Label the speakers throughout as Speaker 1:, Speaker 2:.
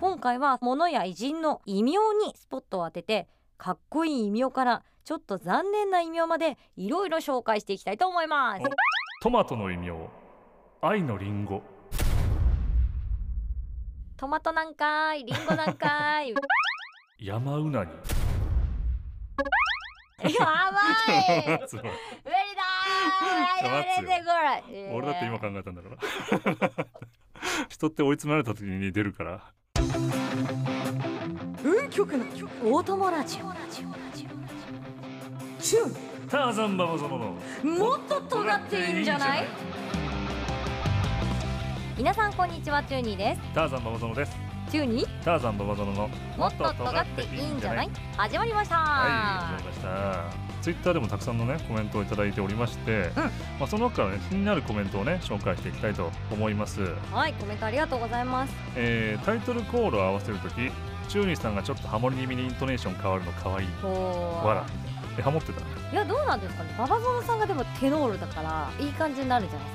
Speaker 1: 今回は物や偉人の異名にスポットを当ててかっこいい異名からちょっと残念な異名までいろいろ紹介していきたいと思います
Speaker 2: トマトの異名愛のリンゴ
Speaker 1: トマトなんかいリンゴなんかいや
Speaker 2: 山うなぎ
Speaker 1: ばい無理だ
Speaker 2: すごい
Speaker 1: ーやめてこれ
Speaker 2: 俺だって今考えたんだから 人って追い詰められた時に出るから
Speaker 3: 運極の極
Speaker 1: 大友ラジオ
Speaker 3: チュ
Speaker 2: ターザンババ様の
Speaker 1: もっと尖っているんじゃない皆さんこんにちはチューニーです
Speaker 2: ターザンババ様です
Speaker 1: チューニー
Speaker 2: ターザンババ様の
Speaker 1: もっと尖っていいんじゃない始まりました、
Speaker 2: はい、ありがとうございました。ツイッターでもたくさんのねコメントをいただいておりまして、まあその中からね気になるコメントをね紹介していきたいと思います。
Speaker 1: はい、コメントありがとうございます。
Speaker 2: えー、タイトルコールを合わせるとき、チューニーさんがちょっとハモリ気味にイントネーション変わるの可愛い。
Speaker 1: こう
Speaker 2: わら。えハモってた。
Speaker 1: いや、どうなんですかね。ババゾノさんがでもテノールだから、いい感じになるんじゃない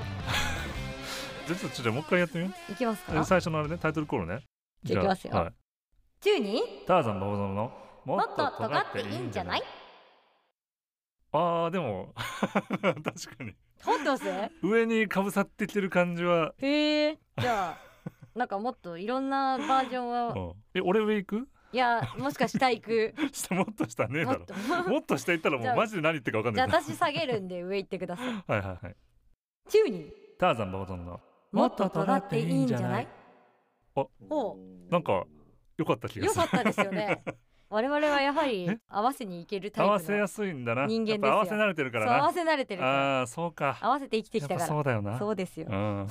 Speaker 1: で
Speaker 2: ちょっとちょっともう一回やってみよ
Speaker 1: すか。いきます
Speaker 2: う。え
Speaker 1: か。
Speaker 2: 最初のあれねタイトルコールね。
Speaker 1: じゃあいきますよ
Speaker 2: はい。
Speaker 1: チューニ
Speaker 2: ターザンババゾノのも
Speaker 1: ー、もっと尖っていいんじゃない。
Speaker 2: ああでも 確かに
Speaker 1: 尖ってます。
Speaker 2: 上にかぶさってきてる感じは。
Speaker 1: へえ。じゃあ。なんかもっといろんなバージョン
Speaker 2: う
Speaker 1: を
Speaker 2: ん、え俺上行く？
Speaker 1: いやもしかしたら行く
Speaker 2: 下もっと下ねえ
Speaker 1: も
Speaker 2: だ
Speaker 1: っ
Speaker 2: ろ
Speaker 1: と。
Speaker 2: もっと下行ったら も
Speaker 1: じゃ
Speaker 2: う
Speaker 1: あ
Speaker 2: マジで何言ってるか分かん
Speaker 1: じゃ
Speaker 2: な
Speaker 1: あ
Speaker 2: いな。
Speaker 1: 私下げるんで上行ってください
Speaker 2: はいはいはい。
Speaker 1: チューニー
Speaker 2: ターザンババゾンの。
Speaker 1: もっと尖っていいんじゃない
Speaker 2: あ
Speaker 1: ほ
Speaker 2: なんか良かった気
Speaker 1: う
Speaker 2: が
Speaker 1: よ
Speaker 2: する
Speaker 1: か。ったですよね我々はやはり
Speaker 2: え
Speaker 1: 合わせに行けるタイ
Speaker 2: 合
Speaker 1: プの
Speaker 2: わせやすいんだな。
Speaker 1: 人間ですよ
Speaker 2: やっぱ合わせ慣れてるか
Speaker 1: そう合わ
Speaker 2: ら
Speaker 1: せ慣れてるから
Speaker 2: な。ああそうか。
Speaker 1: 合わせて生きてき
Speaker 2: やったぱ
Speaker 1: からそ
Speaker 2: そうだよな。
Speaker 1: うですよ
Speaker 2: うん。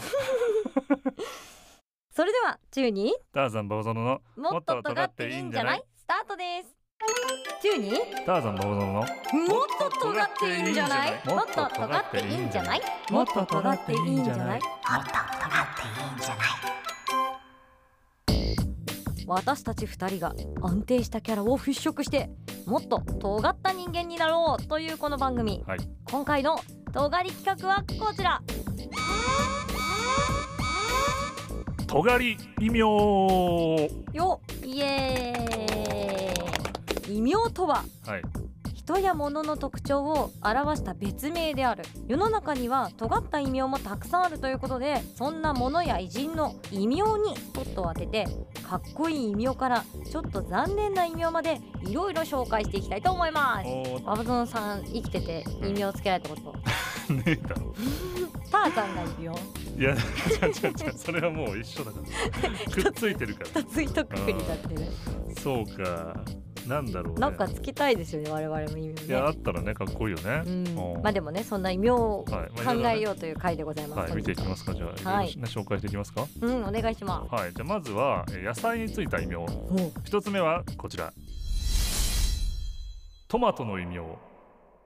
Speaker 1: それではチューニ
Speaker 2: ターザンババゾンの
Speaker 1: ーもっと尖っていいんじゃないスタートですチューニー
Speaker 2: ターザンババゾンの
Speaker 1: もっと尖っていいんじゃないも
Speaker 2: も
Speaker 1: っ
Speaker 2: っ
Speaker 1: と
Speaker 2: と
Speaker 1: 尖
Speaker 2: 尖
Speaker 1: っ
Speaker 2: ってて
Speaker 1: い
Speaker 2: い
Speaker 1: い
Speaker 2: い
Speaker 1: ん
Speaker 2: ん
Speaker 1: じ
Speaker 2: じ
Speaker 1: ゃ
Speaker 2: ゃ
Speaker 1: な
Speaker 2: ないい
Speaker 1: もっと尖っていいんじゃない私たち二人が安定したキャラを払拭してもっと尖った人間になろうというこの番組、
Speaker 2: はい
Speaker 1: 今回の尖り企画はこちら
Speaker 2: 尖り異名。は。
Speaker 1: よイエーイ異名とはい人や物の特徴を表した別名である世の中には尖った異名もたくさんあるということでそんな物や偉人の異名にスポットを当ててかっこいい異名からちょっと残念な異名までいろいろ紹介していきたいと思います
Speaker 2: お
Speaker 1: バブゾンさん生きてて異名つけられたこと
Speaker 2: ーねえだろ。
Speaker 1: ターザンが異名
Speaker 2: いや違う違う違うそれはもう一緒 だから。くっついてるから。
Speaker 1: 二つ一くくりだってね
Speaker 2: そうか。なんだろうね。
Speaker 1: なんかつけたいですよね我々も異名
Speaker 2: いやあ
Speaker 1: ね
Speaker 2: ったらねかっこいいよね。
Speaker 1: うん
Speaker 2: うん
Speaker 1: まあでもねそんな異名を考
Speaker 2: はいまあいろいろね
Speaker 1: えようという回でございます
Speaker 2: はい、見ていきますか。じゃあ、
Speaker 1: はい
Speaker 2: いろいろね紹介していきますか。
Speaker 1: うんお願いしま
Speaker 2: はい、じゃあ、まずは、えー野菜についた異名。
Speaker 1: すお
Speaker 2: 一つ目はこちら。トマトの異名。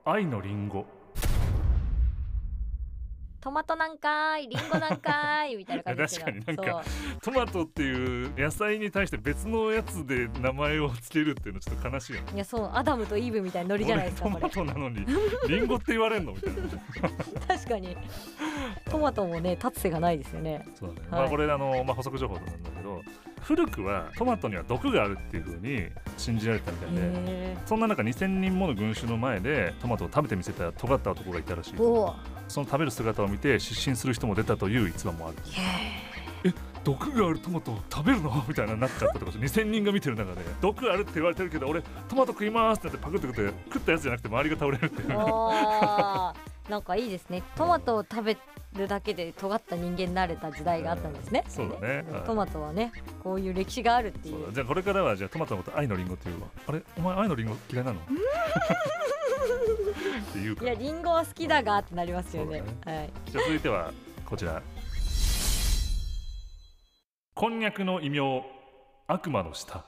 Speaker 2: 愛のリンゴ。
Speaker 1: トマトなんかーいリンゴなんかーいみたいな感じですけど
Speaker 2: 確かになんかトマトっていう野菜に対して別のやつで名前をつけるっていうのちょっと悲しいよね。
Speaker 1: そういやそうアダムとイブみたいなノリじゃないですか
Speaker 2: 俺
Speaker 1: こ
Speaker 2: トマ
Speaker 1: れ
Speaker 2: トなのに、リンゴって言われんのみたいな。
Speaker 1: 確かにトマトもね立つ瀬がないですよね
Speaker 2: そうだね。
Speaker 1: はい
Speaker 2: まあ、これ、あの、まあ、補足情報なんだけど。古くはトマトには毒があるっていうふうに信じられてたみたいで。
Speaker 1: へ
Speaker 2: そんな中2000人もの群衆の前でトマトを食べてみせた尖った男がいたらしい
Speaker 1: ー おー
Speaker 2: その食べる姿を見て失神する人も出たという逸話もある毒があるトマトを食べるのみ たいなになっちゃったとか2000人が見てる中で毒あるって言われてるけど俺トマト食いますってなってパクって食って食ったやつじゃなくて周りが倒れるっていう
Speaker 1: おーなんかいいですねトマトを食べるだけで尖った人間になれた時代があったんですね、
Speaker 2: うんそうだねはい
Speaker 1: トマトはねこういう歴史があるってい
Speaker 2: そう
Speaker 1: う
Speaker 2: だじゃあこれからはじゃあトマトのこと愛のリンゴっていうわあれお前愛のリンゴ嫌い なのっていうか
Speaker 1: い
Speaker 2: ら
Speaker 1: やリンゴは好きだがってなりますよね
Speaker 2: そう
Speaker 1: はい
Speaker 2: じゃあ続いてはこちらこんにゃくの異名悪魔の舌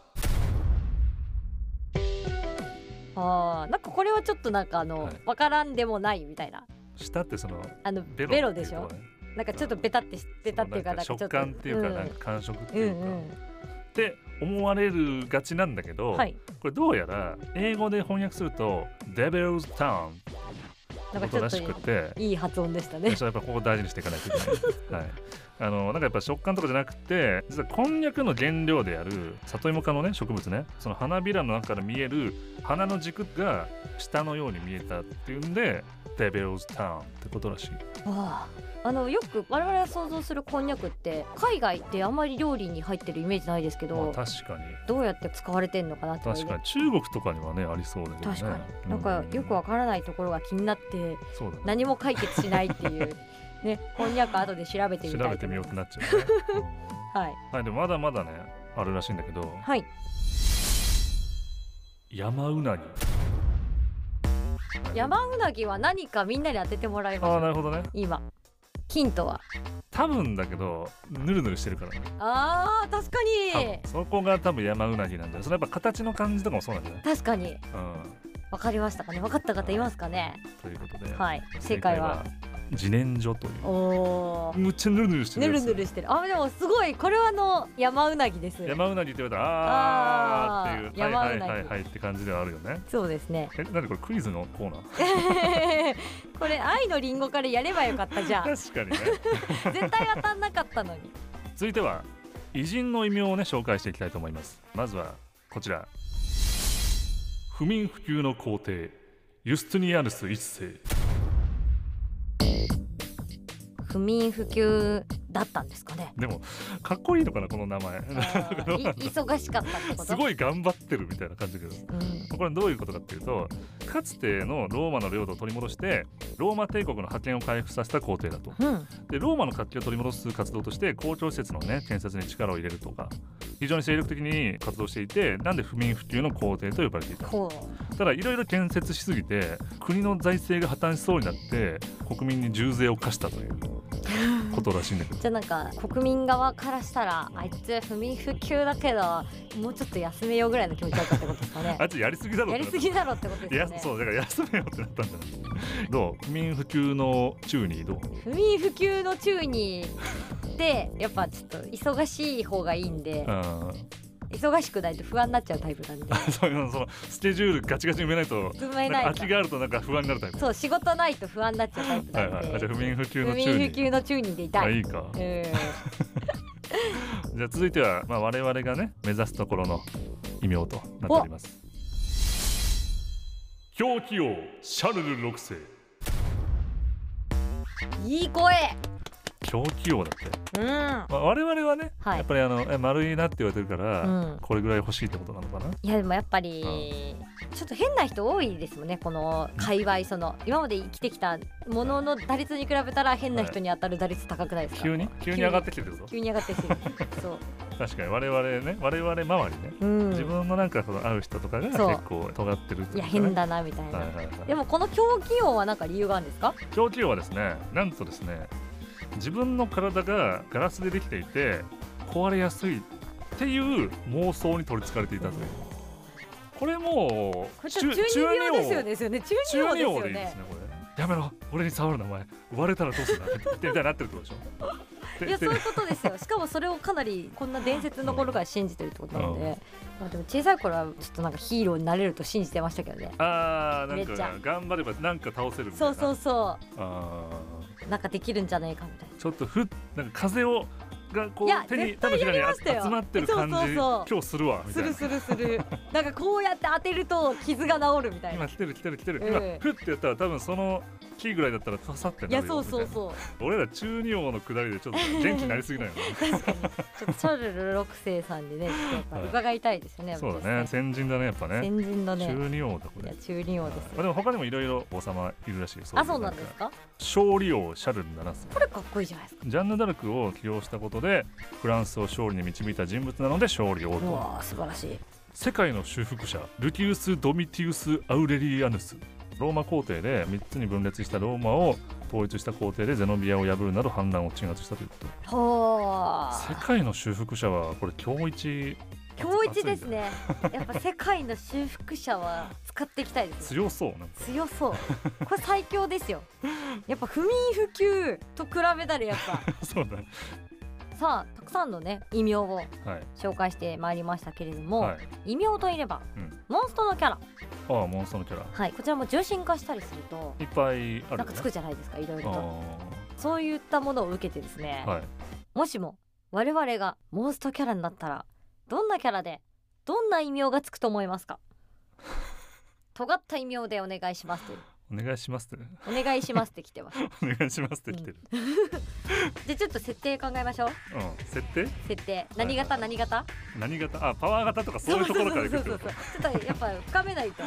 Speaker 1: あーなんかこれはちょっとなんかあの、
Speaker 2: はい
Speaker 1: わからんでもないみたいな
Speaker 2: 舌ってその
Speaker 1: あの
Speaker 2: ベロ
Speaker 1: ベロで
Speaker 2: って
Speaker 1: し
Speaker 2: いう
Speaker 1: ょ
Speaker 2: とこね
Speaker 1: なんかちょっとベタってしてたっていうか
Speaker 2: その
Speaker 1: なんかちょっと
Speaker 2: 食感っていうか
Speaker 1: ん
Speaker 2: なんか感触って
Speaker 1: うんう
Speaker 2: いうか、っ
Speaker 1: ん
Speaker 2: て思われるがちなんだけど、
Speaker 1: はい
Speaker 2: これどうやら英語で翻訳するとデベルズタウン
Speaker 1: なんか
Speaker 2: こ
Speaker 1: ち
Speaker 2: と
Speaker 1: ょ
Speaker 2: ら
Speaker 1: っと
Speaker 2: し
Speaker 1: い
Speaker 2: くて
Speaker 1: いいい発音でしたね
Speaker 2: 私はやっぱここを大事にしていかないといけない、はい、あのなんかやっぱ食感とかじゃなくて実はこんにゃくの原料である里芋科のね植物ねその花びらの中から見える花の軸が下のように見えたっていうんでデベルズタウンってことらしい
Speaker 1: わああのよく我々が想像するこんにゃくって海外ってあんまり料理に入ってるイメージないですけ
Speaker 2: まあ
Speaker 1: ど、
Speaker 2: 確かに
Speaker 1: どうやって使われてんのかなって
Speaker 2: 確かに中国とかにはねありそうだけどね
Speaker 1: 確かになんかよくわからないところが気になって
Speaker 2: うんそうだね
Speaker 1: 何も解決しないっていう ねこんにゃく後で調べてみたいと
Speaker 2: 調
Speaker 1: 思
Speaker 2: べ
Speaker 1: い
Speaker 2: てみようってなっちゃ うね、
Speaker 1: はい
Speaker 2: うんはいでもまだまだねあるらしいんだ けど
Speaker 1: はい
Speaker 2: 山うなぎ
Speaker 1: 山うなぎは何かみんなに当ててもらいまし
Speaker 2: ああ
Speaker 1: ょ
Speaker 2: な
Speaker 1: う
Speaker 2: るほどね
Speaker 1: 今ヒントは
Speaker 2: 多分だけどぬるぬるしてるからね
Speaker 1: あー確か
Speaker 2: 多
Speaker 1: に
Speaker 2: 分そこが多分山うなぎなんだよそれやっぱ形の感じとかもそうなんだよね
Speaker 1: 確かに
Speaker 2: うん
Speaker 1: わかりましたかね分かった方いますかね
Speaker 2: ということで、
Speaker 1: はい正解は
Speaker 2: 自然薯とい
Speaker 1: おお
Speaker 2: うむっちゃぬるぬるして
Speaker 1: ぬ
Speaker 2: るや
Speaker 1: る
Speaker 2: つ
Speaker 1: ぬるしてるあでもすごいこれはあの山うなぎです
Speaker 2: 山うなぎって言われたらあー
Speaker 1: あー
Speaker 2: っていうはい
Speaker 1: 山うな
Speaker 2: は
Speaker 1: ぎ
Speaker 2: いはいはいって感じではあるよね
Speaker 1: そうです ね
Speaker 2: えなんでこれクイズのコーナー
Speaker 1: これ愛のりんごからやればよかったじゃん
Speaker 2: 確かにね
Speaker 1: 絶対当たんなかったのに
Speaker 2: 続いては偉人の異名をね紹介していきたいと思いますまずはこちら不眠不休の皇帝ユスティニアヌス一世
Speaker 1: 不眠不休だったんですか ね
Speaker 2: でもかっこいいのかなこの名前
Speaker 1: あーい忙しかったってこと
Speaker 2: すごい頑張ってるみたいな感じだけど
Speaker 1: うん
Speaker 2: これどういうことかっていうとかつてのローマの領土を取り戻してローマ帝国の覇権を回復させた皇帝だと
Speaker 1: うん
Speaker 2: でローマの活気を取り戻す活動として公共施設のね建設に力を入れるとか非常に精力的に活動していてなんで不眠不休の皇帝と呼ばれていた
Speaker 1: こ
Speaker 2: ただいろいろ建設しすぎて国の財政が破綻しそうになって国民に重税を課したということらしいんだけど
Speaker 1: うじゃあなんか国民側からしたらあいつ不眠不休だけどもうちょっと休めようぐらいの気持ちだったってことですかね
Speaker 2: あいつやりすぎだろ
Speaker 1: や
Speaker 2: って
Speaker 1: りす
Speaker 2: なった
Speaker 1: ぎだろってこと
Speaker 2: い
Speaker 1: で
Speaker 2: や
Speaker 1: す
Speaker 2: そ
Speaker 1: よね
Speaker 2: うだから休めよってなったんじゃないどう不眠不休の中にどう
Speaker 1: 不眠不休の中にでやっぱちょっと忙しい方がいいんで
Speaker 2: う、ん
Speaker 1: 忙しくないと不安になっちゃうタイプなんで
Speaker 2: そういうのそのスケジュールガチガチに埋めないと
Speaker 1: 進め
Speaker 2: な
Speaker 1: な
Speaker 2: んか
Speaker 1: い
Speaker 2: 空
Speaker 1: か
Speaker 2: きがあるとなんか不安になるタイプ
Speaker 1: そう仕事ないと不安になっちゃうタイプ
Speaker 2: は
Speaker 1: ないんで、
Speaker 2: はいあじゃあ不眠不休
Speaker 1: 不
Speaker 2: の中
Speaker 1: 眠
Speaker 2: に
Speaker 1: 不休の中にでいた
Speaker 2: あ
Speaker 1: い
Speaker 2: いいか
Speaker 1: うん
Speaker 2: じゃあ続いては、まあ、我々がね目指すところの異名となっております狂気王シャルル6世
Speaker 1: いい声
Speaker 2: 狂気王だって、
Speaker 1: うんは
Speaker 2: まあ、我々はねやっ
Speaker 1: い
Speaker 2: ぱりあのえ丸いなって言われてるから、
Speaker 1: うん
Speaker 2: これぐらい欲しいってことなのかない
Speaker 1: やでもやっぱり、ちょっと変な人多いですもんねこの界隈その今まで生きてきたものの打率に比べたら変な人に当たる打率高くないですか、
Speaker 2: 急に急に上がってきてるぞ
Speaker 1: 急に上がってきてる そう、
Speaker 2: 確かに我々ね我々周りね、
Speaker 1: うん、
Speaker 2: 自分のなんかその会う人とかが結
Speaker 1: そう
Speaker 2: 構尖ってるって
Speaker 1: い
Speaker 2: いう
Speaker 1: や
Speaker 2: かね
Speaker 1: 変だなみたいな、
Speaker 2: はいはいはい
Speaker 1: でもこの狂気音はなんか理由があるんですか
Speaker 2: 狂気王はですねなんとですね自分の体がガラスでできていて壊れやすいっていう妄想に取りつかれていたというこれも
Speaker 1: こ
Speaker 2: う
Speaker 1: れちょっと中二病ですよねですよね中二
Speaker 2: 中
Speaker 1: 病
Speaker 2: 二王でい
Speaker 1: ですよ
Speaker 2: いです
Speaker 1: ね
Speaker 2: ねこれやめろ俺に触るなお前割れたらどうするんだってみたいになってるってことでしょ
Speaker 1: いや
Speaker 2: で
Speaker 1: そうい
Speaker 2: で
Speaker 1: うことですよしかもそれをかなりこんな伝説の頃から信じてるってことなので、まあ、でも小さい頃はちょっとなんかヒーローになれると信じてましたけどね
Speaker 2: あーな
Speaker 1: め
Speaker 2: ん
Speaker 1: っ
Speaker 2: か
Speaker 1: ちゃ
Speaker 2: 頑張ればなんか倒せるみたい
Speaker 1: そう
Speaker 2: な
Speaker 1: そうそ
Speaker 2: あ
Speaker 1: うなんかできるんじゃないかみたいな
Speaker 2: ーちょっとふっなんか風をがこ
Speaker 1: いや
Speaker 2: う手に
Speaker 1: 絶
Speaker 2: 手の
Speaker 1: 対
Speaker 2: ひら
Speaker 1: やりま
Speaker 2: に
Speaker 1: したよ
Speaker 2: 集まってる感じ
Speaker 1: そうそうそう
Speaker 2: 今日するわみた
Speaker 1: す
Speaker 2: いな
Speaker 1: るするするなんかこうやって当てると傷が治るみたいな
Speaker 2: 今来てる来てる来てる、
Speaker 1: うん
Speaker 2: 今フッてやったら多分そのキーぐらいだったら刺さって
Speaker 1: い
Speaker 2: な
Speaker 1: や
Speaker 2: るよ
Speaker 1: そうそう
Speaker 2: み
Speaker 1: そう
Speaker 2: たいな俺ら中二王のくだりでちょっと元気になりすぎないよ ね
Speaker 1: 確かにちょっとシャルル六世さん でねちょっとやっぱ伺いたいですよね、
Speaker 2: そうだね先人だねやっぱね
Speaker 1: 先人のね
Speaker 2: 中二王だこ
Speaker 1: い
Speaker 2: れ
Speaker 1: や中二王です
Speaker 2: まあ、でも他にもいろいろ王様いるらしいよ
Speaker 1: あそうなんですか
Speaker 2: 勝利王シャルル7世
Speaker 1: これかっこいいじゃないですか
Speaker 2: ジャンヌ・ダルクを起用したことでフランスを勝利に導いた人物なので勝利王
Speaker 1: う
Speaker 2: と
Speaker 1: わー素晴らしい
Speaker 2: 世界の修復者ルキウス・ドミティウス・アウレリアヌスローマ皇帝で3つに分裂したローマを統一した皇帝でゼノビアを破るなど反乱を鎮圧したということ
Speaker 1: ほー
Speaker 2: 世界の修復者はこれ今日一
Speaker 1: 今日一ですね。やっぱ世界の修復者は使っていきたいですね。
Speaker 2: 強そうなんか
Speaker 1: 強そう。これ最強ですよ。やっぱ不眠不休と比べたらやっぱ
Speaker 2: そうだね
Speaker 1: さあたくさんのね異名を
Speaker 2: はい
Speaker 1: 紹介してまいりましたけれども、
Speaker 2: はい
Speaker 1: 異名といれば、
Speaker 2: うん
Speaker 1: モンストのキャラ、
Speaker 2: ああモンスターのキャラ
Speaker 1: はい、こちらも重心化したりすると。
Speaker 2: いっぱいある
Speaker 1: な
Speaker 2: よ
Speaker 1: ん
Speaker 2: ね
Speaker 1: かつくじゃないですかいろいろと
Speaker 2: あ
Speaker 1: そういったものを受けてですね、
Speaker 2: あはい
Speaker 1: もしも我々がモンストキャラになったらどんなキャラでどんな異名がつくと思います か尖った異名でお願いしますという
Speaker 2: お願いしますって
Speaker 1: お願いしますって来てます
Speaker 2: お願いしますって来てる、
Speaker 1: じゃあちょっと設定考えましょう
Speaker 2: うん、設定
Speaker 1: 設定何型何型
Speaker 2: 何型あパワー型とかそういうところからいく
Speaker 1: そ
Speaker 2: っ
Speaker 1: う
Speaker 2: て
Speaker 1: そうそ
Speaker 2: こ
Speaker 1: うそうちょっとやっぱ深めないと
Speaker 2: と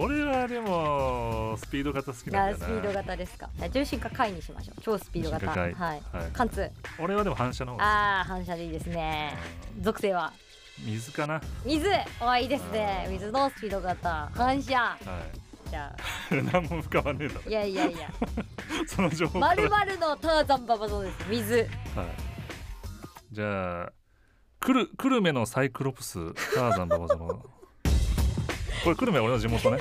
Speaker 2: 俺はでもスピード型好きな
Speaker 1: あス
Speaker 2: ん
Speaker 1: ピ
Speaker 2: だよ
Speaker 1: ード
Speaker 2: な
Speaker 1: 型ですかじゃあ重心化回にしましょう超スピード型
Speaker 2: 重心化
Speaker 1: はい
Speaker 2: はい、
Speaker 1: 貫通
Speaker 2: 俺はでも反射の方が
Speaker 1: あー反射でいいですね属性は
Speaker 2: 水かな、は
Speaker 1: 水おいいですね水のスピード型反射 じゃあ
Speaker 2: い、何も浮かばねえだろ
Speaker 1: いやいや いや
Speaker 2: その情報か
Speaker 1: ま
Speaker 2: ら
Speaker 1: るまるのターザンババゾンです水
Speaker 2: はい、じゃあくる久留米のサイクロプスターザンババ ゾのこれ久留米は俺の地元ね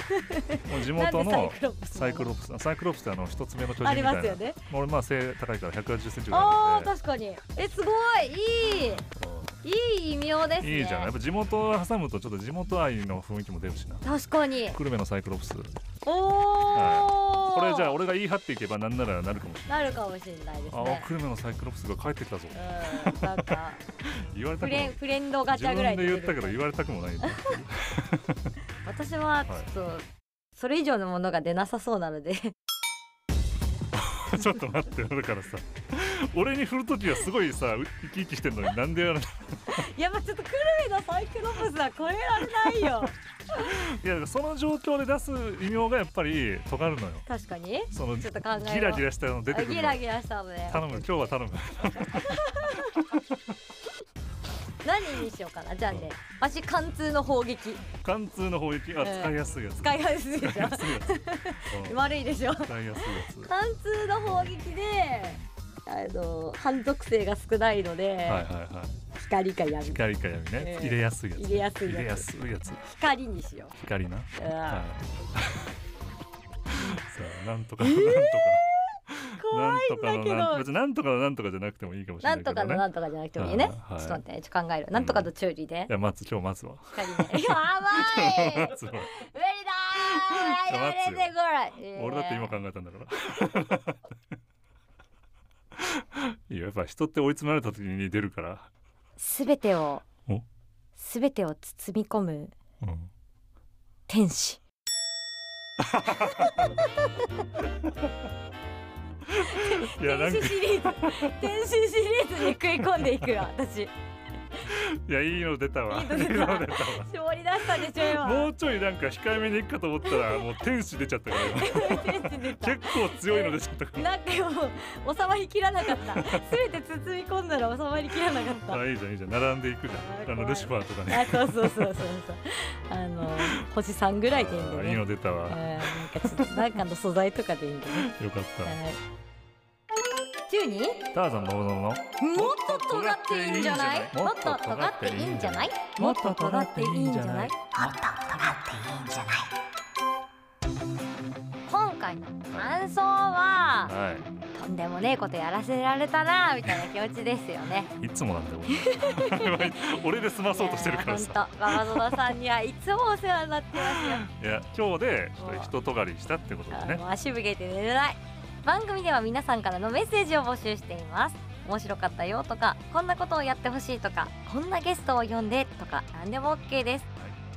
Speaker 2: もう地元
Speaker 1: なんで
Speaker 2: の
Speaker 1: サイクロプスなの
Speaker 2: サイクロプスサイクロプスってあの一つ目の巨人
Speaker 1: あり
Speaker 2: みたいな
Speaker 1: ますよね
Speaker 2: 俺まあ背高いから1 8 0ンチぐらい
Speaker 1: あ
Speaker 2: あ
Speaker 1: ー
Speaker 2: るんで
Speaker 1: 確かにえすごいいいいい異名ですね
Speaker 2: いいじゃんやっぱ地元を挟むとちょっと地元愛の雰囲気も出るしな
Speaker 1: 確かに
Speaker 2: 久留米のサイクロプス
Speaker 1: おお、
Speaker 2: これじゃあ俺が言い張っていけばなんならなるかもしれない
Speaker 1: なるかもしれないです
Speaker 2: あ
Speaker 1: ね
Speaker 2: ー久留米のサイクロプスが帰ってきたぞ
Speaker 1: うんなんか
Speaker 2: 言われ
Speaker 1: フ
Speaker 2: たくもな
Speaker 1: レ
Speaker 2: い
Speaker 1: ンフレンドガチ
Speaker 2: 自
Speaker 1: ャぐら
Speaker 2: 分
Speaker 1: い
Speaker 2: で言った
Speaker 1: 出
Speaker 2: けど
Speaker 1: て
Speaker 2: 言
Speaker 1: る
Speaker 2: われたくもないんだ よ
Speaker 1: 私はちょっとそれ以上のものが出なさそうなので
Speaker 2: ちょっと待ってだからさ俺に振るときはすごいさう生き生きしてんのになんでやらない
Speaker 1: やっぱちょっと久留米のサイクロプスは超えられない よ
Speaker 2: いやその状況で出す異名がやっぱり尖るのよ
Speaker 1: 確かに
Speaker 2: その
Speaker 1: ちょ
Speaker 2: ギ
Speaker 1: っと考えよう
Speaker 2: ラギラしたの出てくる
Speaker 1: ギ
Speaker 2: の
Speaker 1: ラギラしたので
Speaker 2: 頼む今日は頼む
Speaker 1: 何にしようかなじゃあね足貫通の砲撃
Speaker 2: 貫通の砲撃
Speaker 1: う
Speaker 2: あ
Speaker 1: ん
Speaker 2: 使いやすいやつ
Speaker 1: 使いやすいでし
Speaker 2: 使 いや
Speaker 1: ょ
Speaker 2: すいやつうん
Speaker 1: 悪いでしょ
Speaker 2: 使いやすいや
Speaker 1: 貫通の砲撃であの反属性が少ないので、
Speaker 2: つはいはいはい
Speaker 1: 光か闇
Speaker 2: 光か闇ね
Speaker 1: ええ
Speaker 2: 入れやすいやつ
Speaker 1: 入れやすいやつ
Speaker 2: 入れやすいやつ
Speaker 1: 光にしよ
Speaker 2: 光な
Speaker 1: う、うん
Speaker 2: はい さあなんとか
Speaker 1: え
Speaker 2: な
Speaker 1: ー
Speaker 2: んとか
Speaker 1: 怖い
Speaker 2: なんとか
Speaker 1: 怖い
Speaker 2: の
Speaker 1: んだけど
Speaker 2: なん別になんとかのなんとかじゃなくてもいいかもしれ
Speaker 1: な
Speaker 2: ない
Speaker 1: ん
Speaker 2: け
Speaker 1: と
Speaker 2: ど
Speaker 1: か
Speaker 2: ね
Speaker 1: のなんとかじゃなくてもいいね、
Speaker 2: はい
Speaker 1: ちょっと待ってちょっと考えるなんとかと注意で
Speaker 2: い、や待つ今日待つわ
Speaker 1: 光ねや ばい
Speaker 2: 待つわ
Speaker 1: 無理だーやめてこれ
Speaker 2: 俺だって今考えたんだからいややっぱ人って追い詰められた時に出るから、
Speaker 1: すべてを
Speaker 2: お
Speaker 1: すべてを包み込む
Speaker 2: うん、
Speaker 1: 天使
Speaker 2: いやな
Speaker 1: 天
Speaker 2: んか
Speaker 1: 使シリーズ 天使シリーズに食い込んでいくよ私
Speaker 2: いやいいの出たわ
Speaker 1: いいの出た
Speaker 2: いいの出
Speaker 1: 絞り出したでしょ
Speaker 2: た
Speaker 1: 今
Speaker 2: わもうちょいなんか控えめにいくかと思ったらもう天使出ちゃったから今
Speaker 1: 天使出た
Speaker 2: 結構強いの出ち ゃったから
Speaker 1: なんかもう収まりきらなかったすべて包み込んだら収まりきらなかった
Speaker 2: あいいじゃんいいじゃん並んでいくじ
Speaker 1: あー
Speaker 2: ゃんあの
Speaker 1: 怖い
Speaker 2: ルシファーとかね
Speaker 1: あそうそうそうそうそうあの星3ぐらいでいいんだ
Speaker 2: あーいい
Speaker 1: ね
Speaker 2: の出た
Speaker 1: うん
Speaker 2: わ
Speaker 1: なんかちょっとなんかの素材とかでいいんだね
Speaker 2: よかった、
Speaker 1: はいチューニー
Speaker 2: ターザンババゾの
Speaker 1: もっと尖っていいんじゃない
Speaker 2: もっと尖っていいんじゃないもっと尖っていいんじゃない
Speaker 1: 今回の感想は
Speaker 2: は
Speaker 1: とんでもねえことやらせられたなみたいな気持ちですよ ね
Speaker 2: いいつもなんだよ俺 俺で済まそうとしてるからさ
Speaker 1: 本当ババゾノさんにはいつもお世話になってますよ
Speaker 2: いや今日でちょっと人とがりしたってことで
Speaker 1: あ
Speaker 2: ね
Speaker 1: もう足向けて寝れない番組では皆さんからのメッセージを募集しています面白かったよとかこんなことをやってほしいとかこんなゲストを呼んでとか何でも OK です、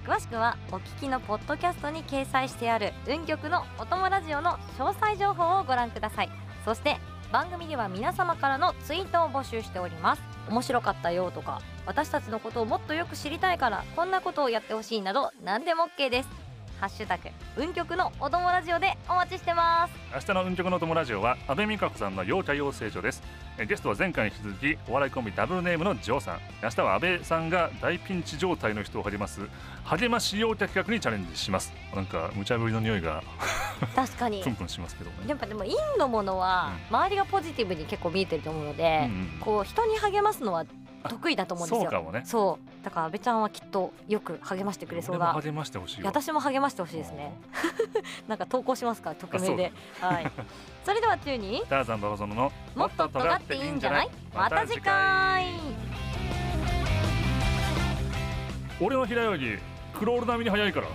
Speaker 1: 詳しくはお聞きのポッドキャストに掲載してある運極のお供ラジオの詳細情報をご覧くださいそして番組では皆様からのツイートを募集しております面白かったよとか私たちのことをもっとよく知りたいからこんなことをやってほしいなど何でも OK ですハッシュタグ運極のお供ラジオでお待ちして ます
Speaker 2: 明日の運極の友ラジオは阿部美香子さんの陽茶養成所ですえゲストは前回に引き続きお笑いコンビダブルネームのジョーさん明日は阿部さんが大ピンチ状態の人を励ます励まし陽茶企画にチャレンジしますなんか無茶ぶりの匂いが
Speaker 1: 確かに
Speaker 2: プンプンしますけどね
Speaker 1: やっぱでもインのものは周りがポジティブに結構見えてると思うの
Speaker 2: うん
Speaker 1: で、
Speaker 2: うん
Speaker 1: こう人に励ますのは得意だと思うんです
Speaker 2: そう
Speaker 1: よ
Speaker 2: かもね
Speaker 1: そうだから阿部ちゃんはきっとよく励ましてくれそう
Speaker 2: 俺も
Speaker 1: な
Speaker 2: 励ましてほしいよ
Speaker 1: 私も励ましてほしいですね なんか投稿しますから匿名ではい。それでは中に
Speaker 2: ダーザンババゾノの
Speaker 1: もっと尖っていいんじゃないまた次回
Speaker 2: 俺の平泳ぎクロール並みに速いから